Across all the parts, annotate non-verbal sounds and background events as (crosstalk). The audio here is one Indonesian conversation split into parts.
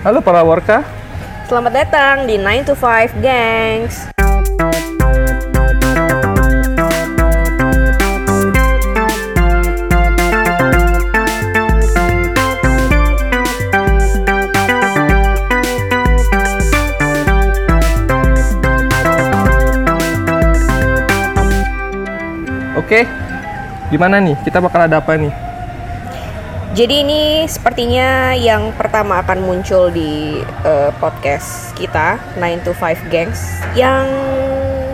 Halo para worka. Selamat datang di 9 to 5 Gangs. Oke. Gimana nih? Kita bakal ada apa nih? Jadi ini sepertinya yang pertama akan muncul di eh, podcast kita 9 to 5 Gangs yang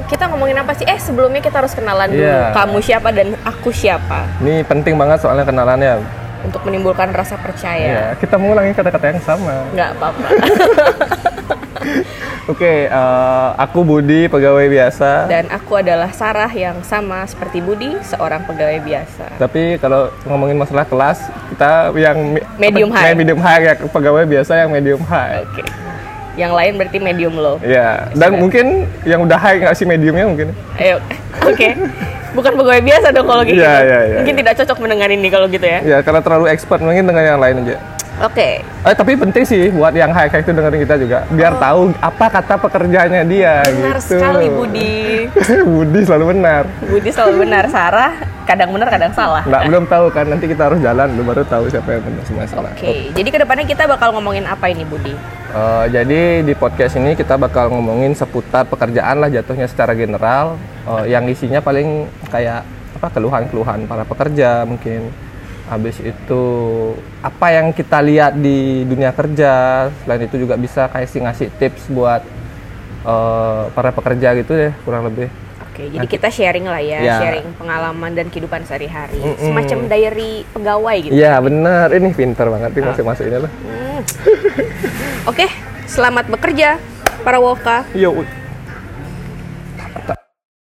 kita ngomongin apa sih? Eh sebelumnya kita harus kenalan dulu Iya. kamu siapa dan aku siapa Ini penting banget soalnya kenalannya. untuk menimbulkan rasa percaya. Ya, kita mengulangi kata-kata yang sama. nggak apa-apa. Oke, eh, aku Budi, pegawai biasa. Dan aku adalah Sarah yang sama seperti Budi, seorang pegawai biasa. Tapi kalau ngomongin masalah kelas, kita yang mi- Medium apa- high. Medium high ya, pegawai biasa yang medium high. Oke. Yang lain berarti medium low. Ya, dan Sudah. mungkin yang udah high nggak sih mediumnya mungkin. Ayo. Oke. Bukan pegawai biasa dong kalau gitu. Iya, iya, iya, Mungkin iya. tidak cocok mendengar ini kalau gitu ya. Ya, karena terlalu expert mungkin dengan yang lain aja. Oke. Eh, tapi penting sih buat yang high kayak itu dengerin kita juga, biar tahu apa kata pekerjaannya dia. Oh. Benar gitu. sekali Budi. (laughs) Budi selalu benar. Budi selalu benar, Sarah kadang benar kadang salah. Nggak belum tahu kan, nanti kita harus jalan dulu baru tahu siapa yang benar sama yang salah. Oke, jadi kedepannya kita bakal ngomongin apa ini Budi? Eh, jadi di podcast ini kita bakal ngomongin seputar pekerjaan lah jatuhnya secara general, eh, yang isinya paling kayak apa keluhan-keluhan para pekerja mungkin. Habis itu apa yang kita lihat di dunia kerja. Selain itu juga bisa kasih ngasih tips buat eh, para pekerja gitu deh kurang lebih. Oke, jadi kita sharing lah ya, Ya. sharing pengalaman dan kehidupan sehari-hari, semacam diary pegawai gitu. Iya bener, ini pinter banget nih masuk-masuk ini lah. Oke, selamat bekerja para woka. Yo.